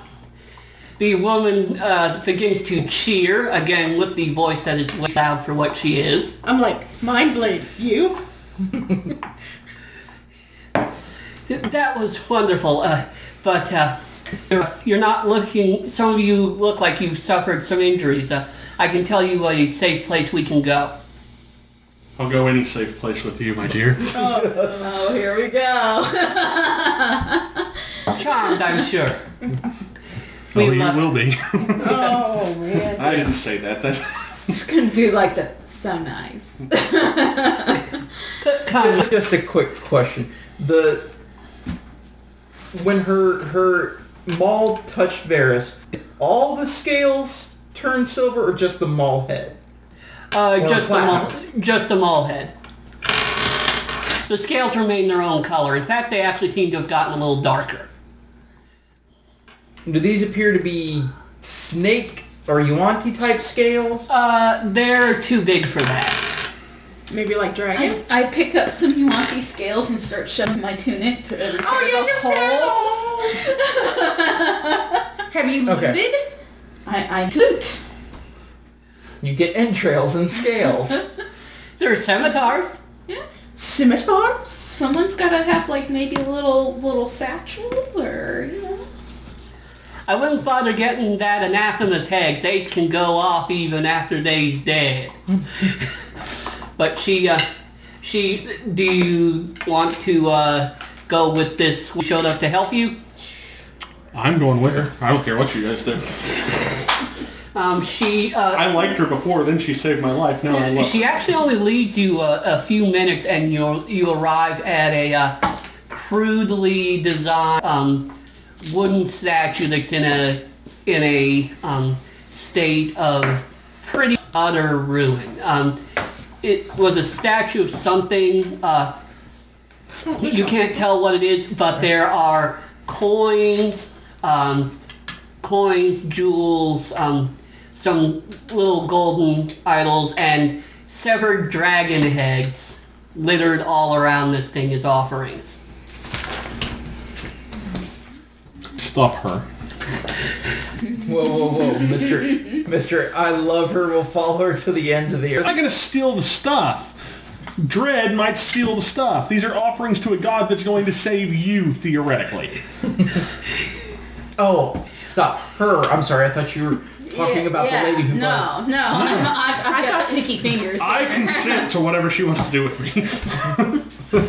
Speaker 2: the woman uh, begins to cheer again with the voice that is way loud for what she is.
Speaker 6: I'm like, mind blade, you?
Speaker 2: Th- That was wonderful, uh, but uh, you're, you're not looking. Some of you look like you've suffered some injuries. Uh, I can tell you a safe place we can go.
Speaker 4: I'll go any safe place with you, my dear.
Speaker 7: Oh, here we go.
Speaker 2: Charmed, I'm sure.
Speaker 4: Oh,
Speaker 2: We
Speaker 4: you
Speaker 2: love-
Speaker 4: will be.
Speaker 6: Oh, man.
Speaker 4: I didn't say that. That's
Speaker 7: Just gonna do like the so nice.
Speaker 2: Come, uh,
Speaker 3: Just, just a quick question: the when her her maul touched Varus, did all the scales turn silver, or just the maul head?
Speaker 2: uh,
Speaker 3: Or
Speaker 2: just the mole,
Speaker 3: platinum.
Speaker 2: just the mole head. The scales remain their own color. In fact, they actually seem to have gotten a little darker.
Speaker 3: Do these appear to be snake or Yuanti type scales?
Speaker 2: Uh, they're too big for that.
Speaker 6: Maybe like dragon?
Speaker 5: I, I pick up some Yuanti scales and start shoving my tunic to repair
Speaker 6: oh, yeah,
Speaker 5: the hole.
Speaker 6: your petals! Have you
Speaker 3: Okay.
Speaker 6: looted?
Speaker 5: I, I toot.
Speaker 3: You get entrails and scales.
Speaker 2: They're scimitars.
Speaker 5: Yeah.
Speaker 6: Scimitars?
Speaker 5: Someone's gotta have like maybe a little little satchel or you know.
Speaker 2: I wouldn't bother getting that anathema's head. They can go off even after they's dead. but she, uh, she, do you want to uh, go with this? who showed up to help you.
Speaker 4: I'm going with her. I don't care what you guys do.
Speaker 2: Um, she, uh,
Speaker 4: I liked her before, then she saved my life. Now I love
Speaker 2: she
Speaker 4: her.
Speaker 2: actually only leads you a, a few minutes, and you you arrive at a uh, crudely designed um, wooden statue that's in a in a um, state of pretty utter ruin. Um, it was a statue of something. Uh, you can't tell what it is, but there are coins, um, coins, jewels, um, some little golden idols, and severed dragon heads littered all around this thing as offerings.
Speaker 4: Stop her.
Speaker 3: whoa, whoa, whoa, Mister, Mister, I love her. We'll follow her to the ends of the
Speaker 4: I'm
Speaker 3: earth.
Speaker 4: not gonna steal the stuff. Dread might steal the stuff. These are offerings to a god that's going to save you, theoretically.
Speaker 3: Oh, stop her. I'm sorry. I thought you were talking
Speaker 7: Yeah,
Speaker 3: about
Speaker 7: yeah.
Speaker 3: the lady who
Speaker 7: No,
Speaker 3: buzzed.
Speaker 7: no. I, I've, I've got sticky fingers.
Speaker 4: I consent to whatever she wants to do with me.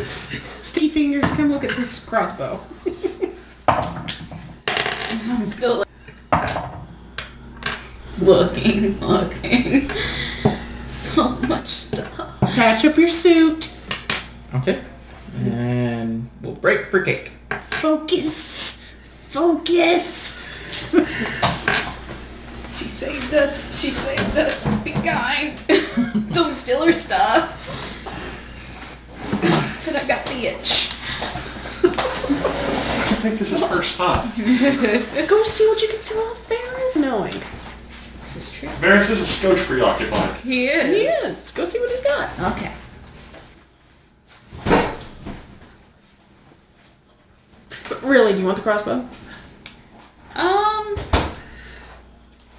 Speaker 6: Sticky fingers, come look at this crossbow.
Speaker 5: I'm still looking, looking. So much stuff.
Speaker 6: Patch up your suit.
Speaker 3: Okay. And we'll break for cake.
Speaker 6: Focus. Focus.
Speaker 5: She saved us. She saved us. Be kind. Don't steal her stuff. But I got the itch.
Speaker 4: I think this is our stuff.
Speaker 6: Uh, Go see what you can see about Ferris knowing.
Speaker 5: This is true.
Speaker 4: Varys is a scotch preoccupied.
Speaker 5: He is.
Speaker 6: Yes, go see what he's got.
Speaker 5: Okay.
Speaker 6: But really, do you want the crossbow?
Speaker 5: Um.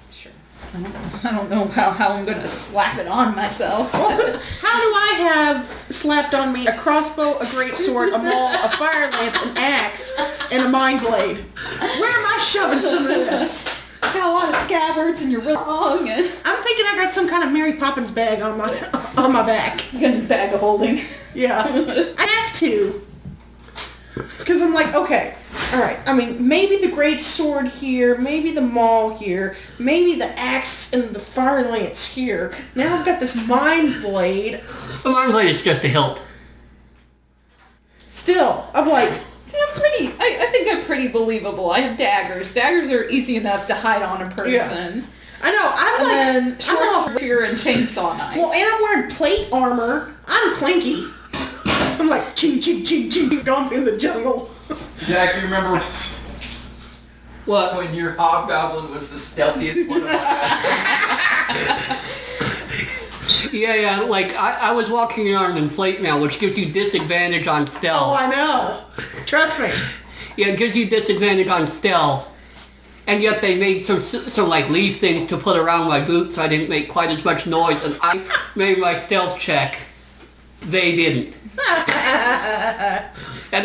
Speaker 5: Sure. I don't, I don't know how, how I'm gonna slap it on myself.
Speaker 6: How do I have slapped on me a crossbow, a greatsword, a maul, a fire lance, an axe, and a mind blade? Where am I shoving some of this?
Speaker 5: It's got a lot of scabbards and you're real long and
Speaker 6: I'm thinking I got some kind of Mary Poppins bag on my on my back.
Speaker 5: you got a bag of holding.
Speaker 6: Yeah. I have to. Because I'm like, okay, all right. I mean, maybe the great sword here, maybe the maul here, maybe the axe and the fire lance here. Now I've got this mind blade.
Speaker 2: But my blade is just to help.
Speaker 6: Still, I'm like,
Speaker 5: See, I'm pretty. I, I think I'm pretty believable. I have daggers. Daggers are easy enough to hide on a person.
Speaker 6: I know, I'm
Speaker 5: And
Speaker 6: like,
Speaker 5: then
Speaker 6: I'm all-
Speaker 5: short spear and chainsaw knife.
Speaker 6: well, and I'm wearing plate armor. I'm clanky. I'm like, ching, ching, ching, ching, ching, gone through the jungle.
Speaker 8: Jack, you remember
Speaker 2: What?
Speaker 8: when your hobgoblin was the stealthiest one of us?
Speaker 2: Yeah, yeah. Like I, I was walking around in plate mail, which gives you disadvantage on stealth.
Speaker 6: Oh, I know. Trust me.
Speaker 2: Yeah, it gives you disadvantage on stealth. And yet they made some some like leaf things to put around my boots, so I didn't make quite as much noise. And I made my stealth check. They didn't. that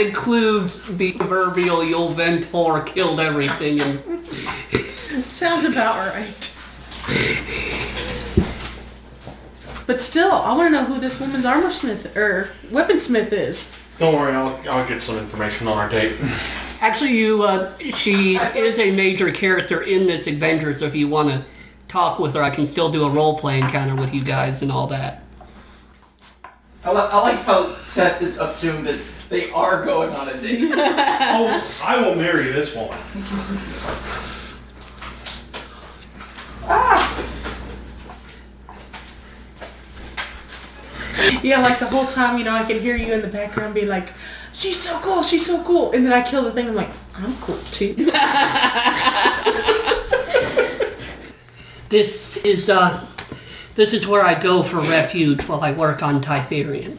Speaker 2: includes the proverbial "You'll Ventor killed everything." And
Speaker 6: Sounds about right. But still, I want to know who this woman's armor smith or weapon smith is.
Speaker 4: Don't worry, I'll, I'll get some information on our date.
Speaker 2: actually, you uh, she is a major character in this adventure, so if you want to talk with her, I can still do a role play encounter with you guys and all that.
Speaker 8: I, li- I like how Seth has assumed that they are going on a date.
Speaker 4: oh, I will marry this woman.
Speaker 6: Yeah, like the whole time, you know, I can hear you in the background be like, "She's so cool, she's so cool," and then I kill the thing. I'm like, "I'm cool too."
Speaker 2: This is uh, this is where I go for refuge while I work on Tytherian.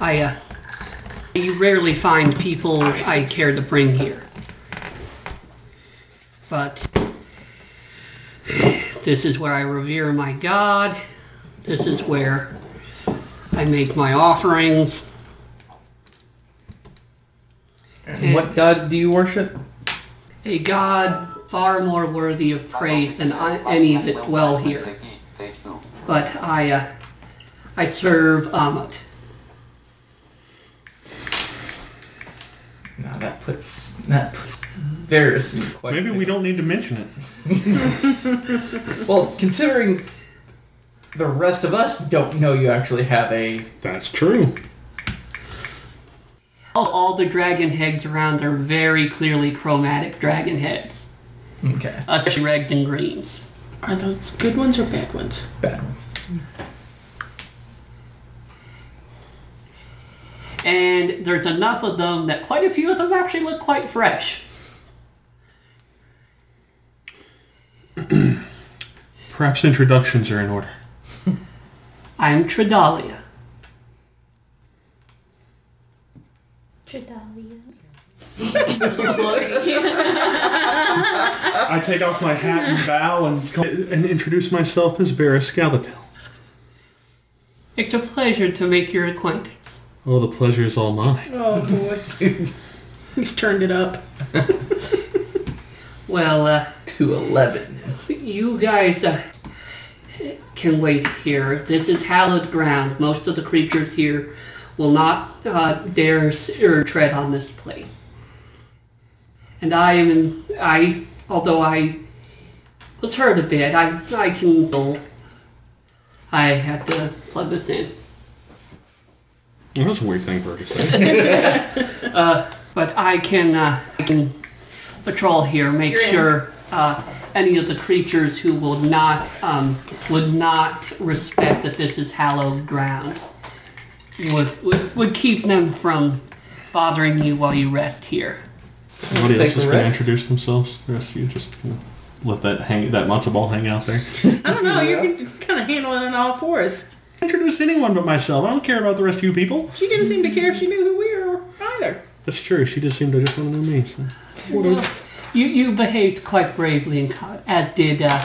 Speaker 2: I uh, you rarely find people I care to bring here, but this is where I revere my God. This is where I make my offerings.
Speaker 3: What god do you worship?
Speaker 2: A God far more worthy of praise than I, any that dwell here. but I uh, I serve Amat.
Speaker 3: Now that puts that puts Varys in question.
Speaker 4: Maybe we don't need to mention it.
Speaker 3: Well, considering the rest of us don't know you actually have a
Speaker 4: That's true.
Speaker 2: All, all the dragon heads around are very clearly chromatic dragon heads,
Speaker 3: okay
Speaker 2: especially reds and greens.
Speaker 6: Are those good ones or bad ones?
Speaker 3: bad ones.
Speaker 2: And there's enough of them that quite a few of them actually look quite fresh.
Speaker 4: Perhaps introductions are in order.
Speaker 2: I'm Tridalia.
Speaker 4: I take off my hat and bow and, and introduce myself as Varys Scalatel.
Speaker 2: It's a pleasure to make your acquaintance.
Speaker 4: Oh, the pleasure is all mine.
Speaker 6: Oh boy, he's turned it up.
Speaker 2: Well, uh,
Speaker 3: To eleven.
Speaker 2: you guys uh, can wait here. This is hallowed ground. Most of the creatures here will not uh, dare s- or tread on this place. And I am, in, I, although I was hurt a bit, I, I can, I have to plug this in.
Speaker 4: That was a weird thing for her to say.
Speaker 2: But I can, uh, I can patrol here, make
Speaker 5: You're in.
Speaker 2: sure uh, any of the creatures who will not um, would not respect that this is hallowed ground would, would would keep them from bothering you while you rest here.
Speaker 4: Nobody
Speaker 3: Take
Speaker 4: else is
Speaker 3: the
Speaker 4: going to
Speaker 3: rest.
Speaker 4: introduce themselves. The rest of you just you know, let that hang, that matzo ball hang out there.
Speaker 6: I don't know. You can kind of handle it on all fours.
Speaker 4: introduce anyone but myself. I don't care about the rest of you people.
Speaker 6: She didn't seem to care if she knew who we were either.
Speaker 4: That's true. She did seem to just want to know me. So.
Speaker 2: You you behaved quite bravely, and co- as did uh,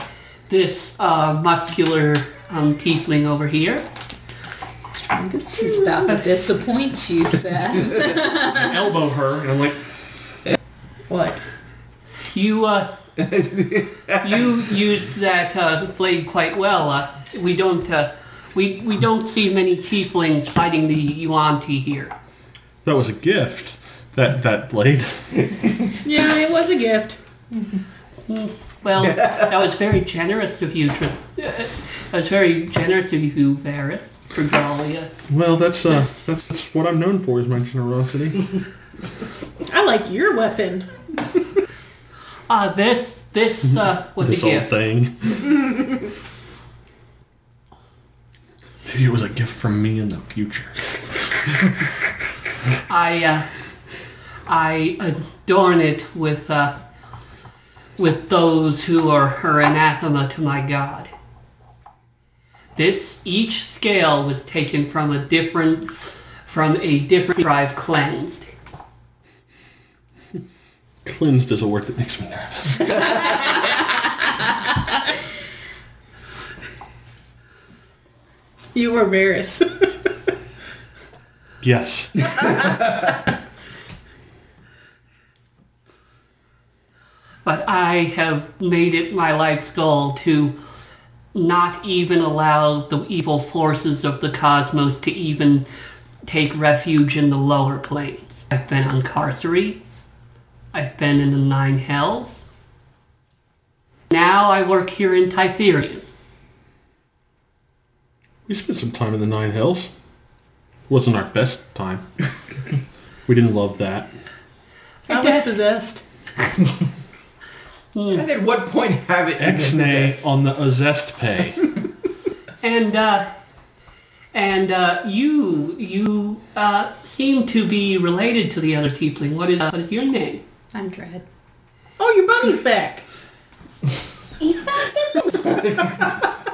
Speaker 2: this uh, muscular um, tiefling over here.
Speaker 7: She's about to disappoint you, Seth.
Speaker 4: I elbow her, and I'm like,
Speaker 6: What?
Speaker 2: You uh, you used that uh, blade quite well. Uh, we don't uh, we we don't see many tieflings fighting the Yuan-ti here.
Speaker 4: that was a gift. That that blade.
Speaker 6: Yeah, it was a gift.
Speaker 2: Hmm, Well, that was very generous of you. To, that was very generous of you, Varys, for Dahlia.
Speaker 4: Well, that's uh, that's, that's what I'm known for is my generosity.
Speaker 6: I like your weapon.
Speaker 2: Uh, this this uh, was
Speaker 4: this
Speaker 2: a
Speaker 4: old
Speaker 2: gift.
Speaker 4: thing. Maybe it was a gift from me in the future.
Speaker 2: I uh, I adorn it with uh, with those who are her anathema to my God. This each scale was taken from a different from a different tribe cleansed.
Speaker 4: Cleansed is a word that makes me nervous.
Speaker 6: You were Varys.
Speaker 4: Yes.
Speaker 2: But I have made it my life's goal to not even allow the evil forces of the cosmos to even take refuge in the lower planes. I've been on Carcery. I've been in the Nine Hells. Now I work here in Tytherion.
Speaker 4: We spent some time in the Nine Hills. Wasn't our best time. we didn't love that.
Speaker 6: I was possessed.
Speaker 3: And at what point have it?
Speaker 4: Exnay on the Azest pay.
Speaker 2: And uh, and uh, you you uh, seem to be related to the other tiefling. What is, what is your name?
Speaker 7: I'm dread.
Speaker 6: Oh, your bunny's back.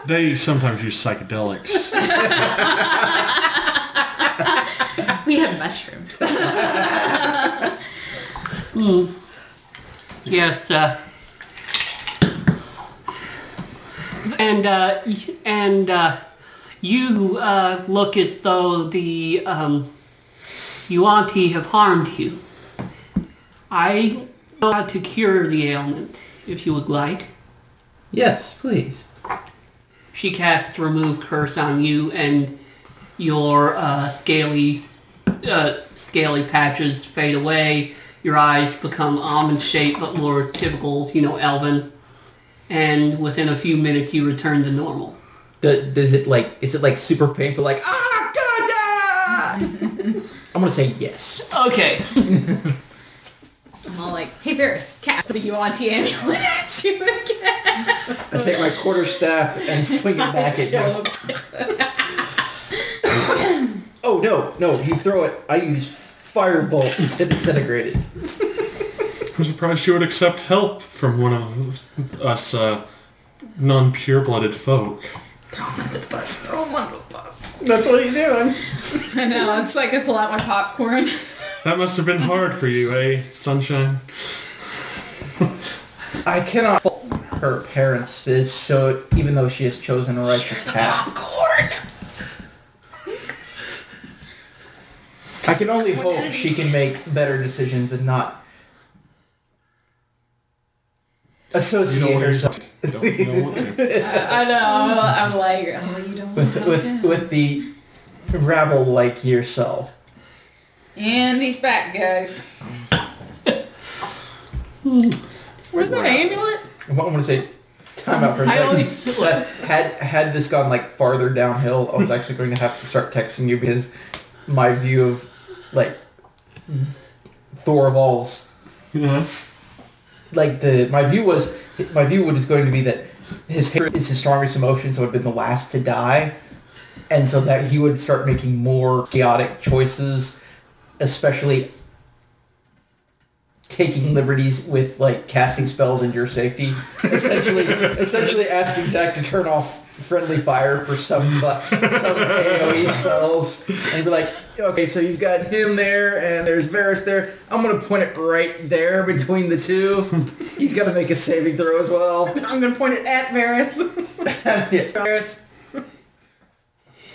Speaker 4: they sometimes use psychedelics.
Speaker 7: We have mushrooms.
Speaker 2: Yes, uh, and uh, y- and uh, you uh, look as though the um, Yuan-ti have harmed you. I know how to cure the ailment, if you would like.
Speaker 3: Yes, please.
Speaker 2: She casts remove curse on you, and your uh, scaly uh, scaly patches fade away. Your eyes become almond shaped, but more typical, you know, elven. And within a few minutes, you return to normal.
Speaker 9: Do, does it like is it like super painful? Like ah, God, ah!" I'm gonna say yes.
Speaker 2: Okay,
Speaker 7: I'm all like, hey, Varys, catch the Yuan-Ti amulet at you again.
Speaker 3: I take my quarter staff and swing it back at you. Oh no, no! You throw it. I use firebolt to disintegrate it.
Speaker 4: I'm surprised you would accept help from one of us uh, non-pure-blooded folk.
Speaker 7: Throw him under the bus. Throw him under the bus.
Speaker 6: That's what he's doing.
Speaker 5: I know, it's like I pull out my popcorn.
Speaker 4: That must have been hard for you, eh, Sunshine?
Speaker 3: I cannot fault her parents. This so even though she has chosen a righteous path,
Speaker 7: Corn.
Speaker 3: I can only hope she can make better decisions and not
Speaker 4: You
Speaker 3: associate
Speaker 4: don't want
Speaker 3: herself
Speaker 4: to. Don't, you don't want to.
Speaker 5: I know, I'm, I'm like,
Speaker 7: Oh, you don't want
Speaker 3: with with with the rabble like yourself.
Speaker 5: and he's back, guys.
Speaker 6: Where's that amulet?
Speaker 3: I want to say time out for a
Speaker 2: I
Speaker 3: second.
Speaker 2: always-
Speaker 3: Seth, had had this gone like farther downhill, I was actually going to have to start texting you because my view of like Thorvald's
Speaker 4: Yeah.
Speaker 3: like the my view was my view was going to be that his hatred is his strongest emotion, so it had been the last to die, and so that he would start making more chaotic choices, especially taking liberties with like casting spells and your safety. Essentially, essentially asking Zach to turn off friendly fire for some uh, some AOE spells, and he'd be like, "Okay, so you've got him there, and there's Varus there. I'm gonna point it right there between the two. He's got to make a saving throw as well."
Speaker 6: I'm gonna point it at Varys.
Speaker 3: yes, Varus.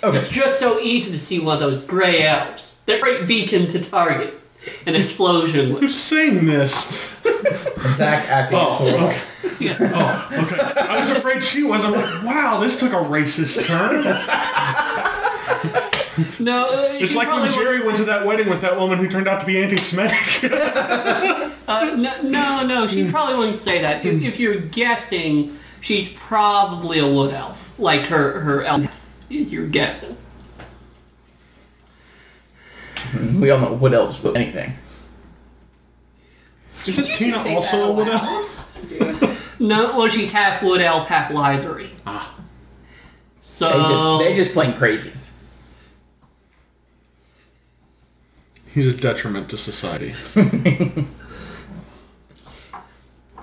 Speaker 2: It's just so easy to see one of those gray elves. They're great beacon to target an explosion with.
Speaker 4: Who's saying this?
Speaker 9: Zach acting
Speaker 4: Oh,
Speaker 9: as Thor.
Speaker 4: okay. Oh, okay. I was afraid she was. I'm like, wow, this took a racist turn.
Speaker 2: No, uh,
Speaker 4: It's
Speaker 2: you
Speaker 4: like when
Speaker 2: probably would-
Speaker 4: Jerry went to that wedding with that woman who turned out to be anti-Semitic.
Speaker 2: Uh, no, no, no, she probably wouldn't say that. If, if you're guessing, she's probably a wood elf, like her her elf. If you're guessing,
Speaker 3: We all know what else, but anything.
Speaker 4: Isn't
Speaker 7: you
Speaker 4: Tina
Speaker 7: just say that
Speaker 4: also a
Speaker 7: out
Speaker 4: wood
Speaker 7: loud?
Speaker 4: elf?
Speaker 2: no, well, she's half wood elf, half library. Ah. So
Speaker 9: They just
Speaker 2: Um,
Speaker 9: they just playing crazy.
Speaker 4: He's a detriment to society.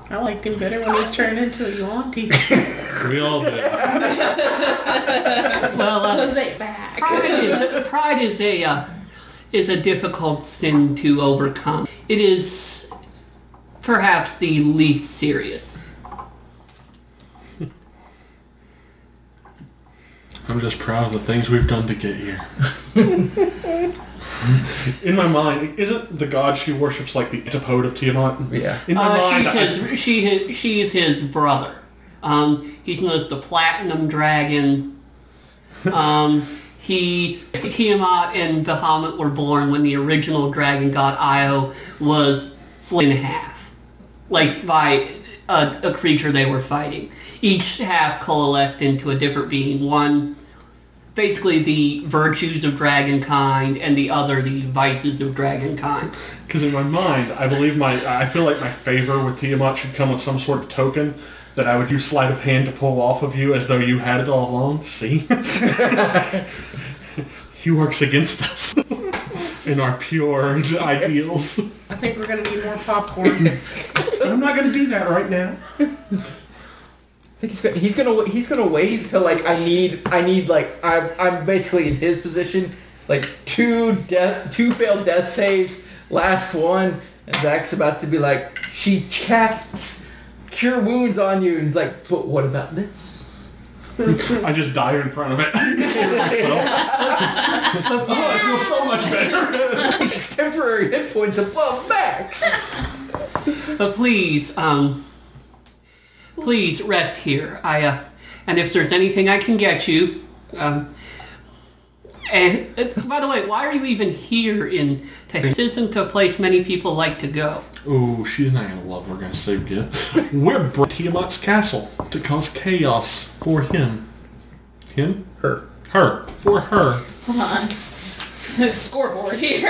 Speaker 6: I liked him better when he was turned into a Yuanti.
Speaker 4: We all did.
Speaker 2: well, uh,
Speaker 7: So say it back.
Speaker 2: pride is pride is a uh, is a difficult sin to overcome. It is perhaps the least serious.
Speaker 4: I'm just proud of the things we've done to get here. In my mind, isn't the god she worships like the antipode of Tiamat?
Speaker 9: Yeah.
Speaker 4: In my
Speaker 2: Uh,
Speaker 4: mind,
Speaker 2: she's
Speaker 4: I,
Speaker 2: his, she his, she's his brother. Um, he's known as the Platinum Dragon. Um, he Tiamat and Bahamut were born when the original dragon god Io was split in half, like by a, a creature they were fighting. Each half coalesced into a different being. One, basically the virtues of dragonkind, and the other the vices of dragonkind.
Speaker 4: because in my mind, I believe my, I feel like my favor with Tiamat should come with some sort of token that I would use sleight of hand to pull off of you, as though you had it all along. See, he works against us in our pure ideals.
Speaker 6: I think we're gonna need more popcorn.
Speaker 4: I'm not going to do that right now.
Speaker 3: I think he's gonna he's gonna he's gonna wait until like I need I need like I'm I'm basically in his position like two death two failed death saves last one and Zach's about to be like she casts cure wounds on you and he's like but what about this
Speaker 4: I just dive in front of it. Myself. oh, I feel so much better.
Speaker 3: It's temporary hit points above max
Speaker 2: But please, um, please rest here. I, uh, and if there's anything I can get you, um, and uh, by the way, why are you even here in Texas? This isn't a place many people like to go.
Speaker 4: Ooh, she's not gonna love we're gonna save gift. We're br- Tiamat's castle to cause chaos for him. Him?
Speaker 3: her
Speaker 4: Her. For her.
Speaker 7: Hold on. So scoreboard here.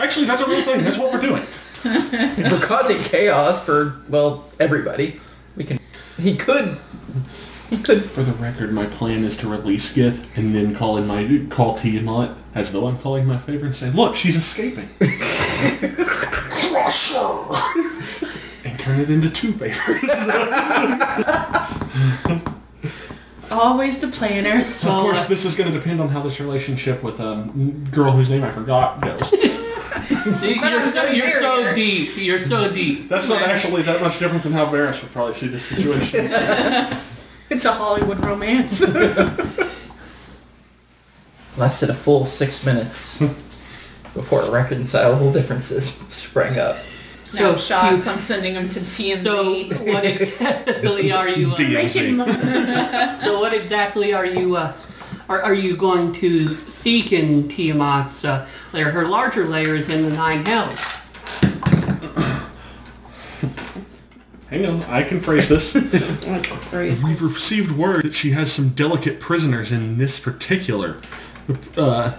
Speaker 4: Actually, that's a real thing. That's what we're doing.
Speaker 3: we're causing chaos for well everybody we can he could he could
Speaker 4: For the record, my plan is to release Gith and then call in my call Tiamat as though I'm calling my favor and say, "Look, she's escaping." Crush her. and turn it into two favors.
Speaker 6: Always the planner.
Speaker 2: So,
Speaker 4: Of course,
Speaker 2: uh,
Speaker 4: this is going to depend on how this relationship with um girl whose name I forgot goes.
Speaker 2: you- uh, you're so you're so
Speaker 7: Barrier.
Speaker 2: deep. You're so deep.
Speaker 4: That's not actually that much different than how Varys would probably see this situation.
Speaker 6: It's a Hollywood romance.
Speaker 3: lasted a full six minutes before irreconcilable differences sprang up.
Speaker 2: So
Speaker 7: Snapshots.
Speaker 2: you-
Speaker 7: I'm sending them to TMZ.
Speaker 2: So what exactly are you? Uh,
Speaker 4: Deal.
Speaker 6: Making money.
Speaker 2: so what exactly are you? Uh, are, are you going to seek in Tiamat's uh, layer? Her larger layer is in the Nine Hells.
Speaker 4: Hang on, I can phrase this.
Speaker 6: Phrase.
Speaker 4: We've received word that she has some delicate prisoners in this particular uh,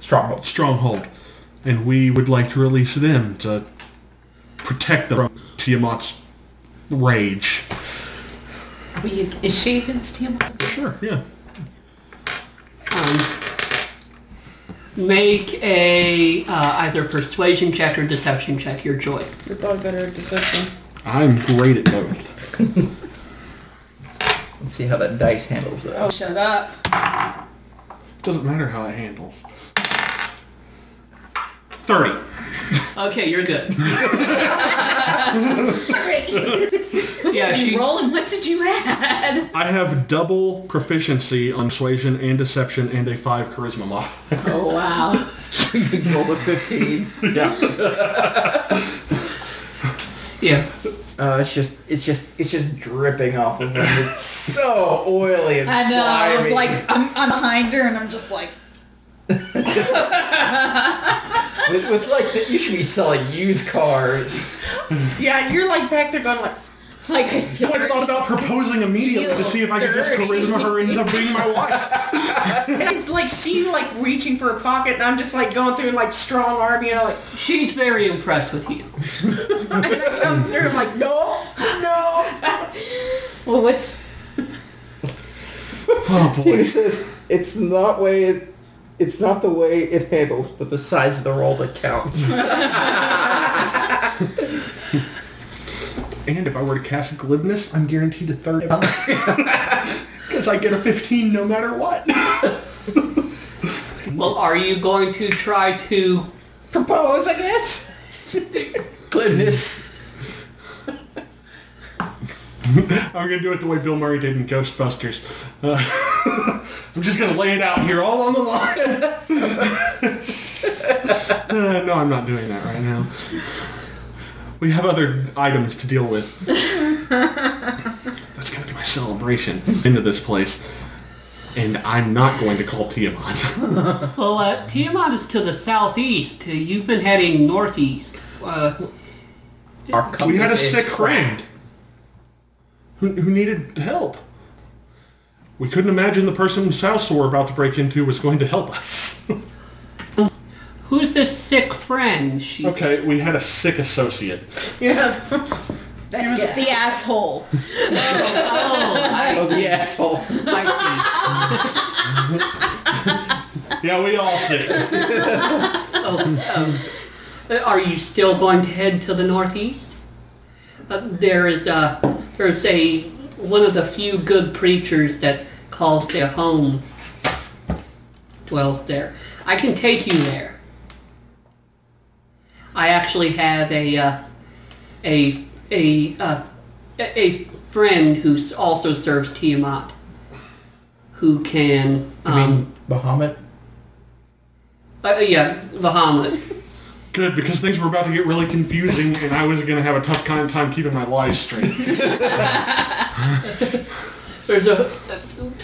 Speaker 3: Strongholds.
Speaker 4: stronghold, and we would like to release them to protect them from Tiamat's rage.
Speaker 7: We, is she against him?
Speaker 4: Sure, yeah.
Speaker 2: Um, make a uh, either persuasion check or deception check, your choice.
Speaker 6: Your dog better deception.
Speaker 4: I'm great at both.
Speaker 9: Let's see how that dice handles that.
Speaker 7: Oh, shut up.
Speaker 4: Doesn't matter how it handles. 30.
Speaker 2: Okay, you're good.
Speaker 7: Great.
Speaker 2: Yeah, she
Speaker 7: Roland, what did you add?
Speaker 4: I have double proficiency on persuasion and deception and a 5 charisma mod.
Speaker 7: Oh, wow.
Speaker 9: Roll a 15.
Speaker 4: yeah.
Speaker 2: yeah.
Speaker 3: Uh, it's just, it's just, it's just dripping off of him. It's so oily and
Speaker 7: I know.
Speaker 3: slimy.
Speaker 7: Like, I'm, I'm behind her and I'm just like,
Speaker 3: with, with like, the, you should be selling used cars.
Speaker 6: Yeah, you're like back there going like,
Speaker 7: like I feel
Speaker 4: I thought about proposing immediately to see if I could just charisma her into being my wife.
Speaker 6: and it's like see you like reaching for a pocket, and I'm just like going through like strong arm, you know, like
Speaker 2: She's very impressed with you.
Speaker 6: and I come through, I'm like, no, no.
Speaker 7: Well, what's...
Speaker 3: He says, "It's not way it, it's not the way it handles, but the size of the roll that counts."
Speaker 4: And if I were to cast glibness, I'm guaranteed a third. Because I get a 15 no matter what.
Speaker 2: Well, are you going to try to?
Speaker 6: Propose, I guess.
Speaker 3: Glibness.
Speaker 4: I'm going to do it the way Bill Murray did in Ghostbusters. Uh, I'm just going to lay it out here all on the line. Uh, no, I'm not doing that right now. We have other items to deal with. That's going to be my celebration into this place. And I'm not going to call Tiamat.
Speaker 2: Well, uh, Tiamat is to the southeast. Uh, You've been heading northeast. Uh,
Speaker 9: Our
Speaker 4: we had a
Speaker 9: compass is
Speaker 4: sick
Speaker 9: crap.
Speaker 4: friend who, who needed help. We couldn't imagine the person Salsa were about to break into was going to help us.
Speaker 2: who's this sick friend? She
Speaker 4: okay, we had a sick associate.
Speaker 6: Yes. That
Speaker 4: was-
Speaker 6: guy.
Speaker 7: The asshole.
Speaker 2: Oh, I,
Speaker 3: Oh, the asshole.
Speaker 2: I
Speaker 4: Yeah, we all sick.
Speaker 2: see. Oh, um, are you still going to head to the northeast? Uh, there is a there's a one of the few good preachers that calls their home dwells there. I can take you there. I actually have a uh, a a uh, a a friend who s- also serves Tiamat, who can um
Speaker 9: Bahamut.
Speaker 2: uh, yeah Bahamut.
Speaker 4: Good, because things were about to get really confusing and I was going to have a tough kind of time keeping my lies straight.
Speaker 2: There's a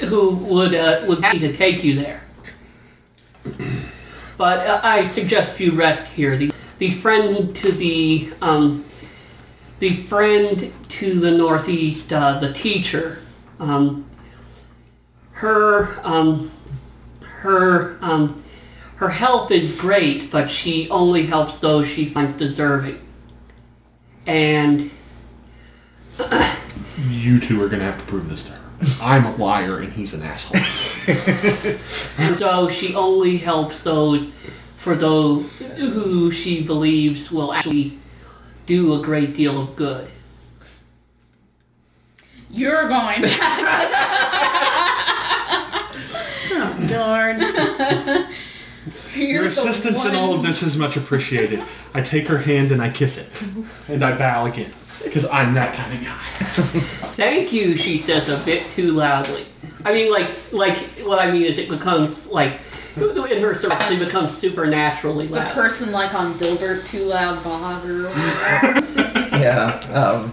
Speaker 2: who would uh, would be to take you there. But uh, I suggest you rest here. The the friend to the um, the friend to the northeast, uh, the teacher, um, her um, her um, her help is great, but she only helps those she finds deserving. And
Speaker 4: you two are going to have to prove this to her. I'm a liar and he's an asshole.
Speaker 2: So she only helps those for those who she believes will actually do a great deal of good.
Speaker 7: You're going back.
Speaker 6: Oh, darn.
Speaker 7: You're
Speaker 4: Your
Speaker 7: the
Speaker 4: assistance in
Speaker 7: one-
Speaker 4: all of this is much appreciated. I take her hand and I kiss it. And I bow again. Because I'm that kind of guy.
Speaker 2: Thank you, she says a bit too loudly. I mean, like, like what I mean is it becomes like in her service it becomes supernaturally
Speaker 5: The
Speaker 2: loud.
Speaker 5: person like on Dilbert Too Loud Baja Girl.
Speaker 9: Yeah. Um,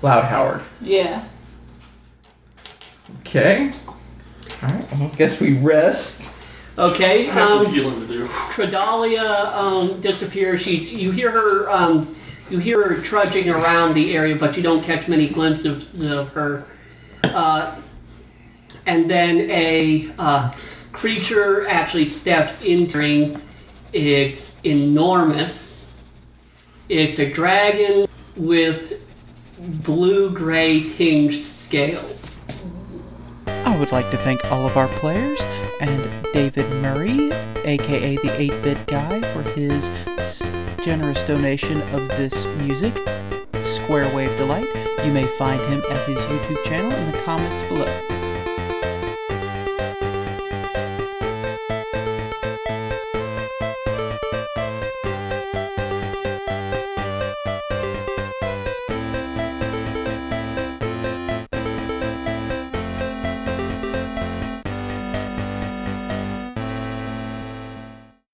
Speaker 9: Loud Howard.
Speaker 5: Yeah.
Speaker 9: Okay. All right. Well, I guess we rest.
Speaker 2: Okay. um,
Speaker 4: healing to do.
Speaker 2: Tredalia um, disappears. She, you hear her, um, you hear her trudging around the area, but you don't catch many glimpses of her. Uh, and then a uh, creature actually steps into the ring. It's enormous. It's a dragon with blue-gray tinged scales.
Speaker 1: I would like to thank all of our players and David Murray, aka the 8 bit guy, for his s- generous donation of this music, Square Wave Delight. You may find him at his YouTube channel in the comments below.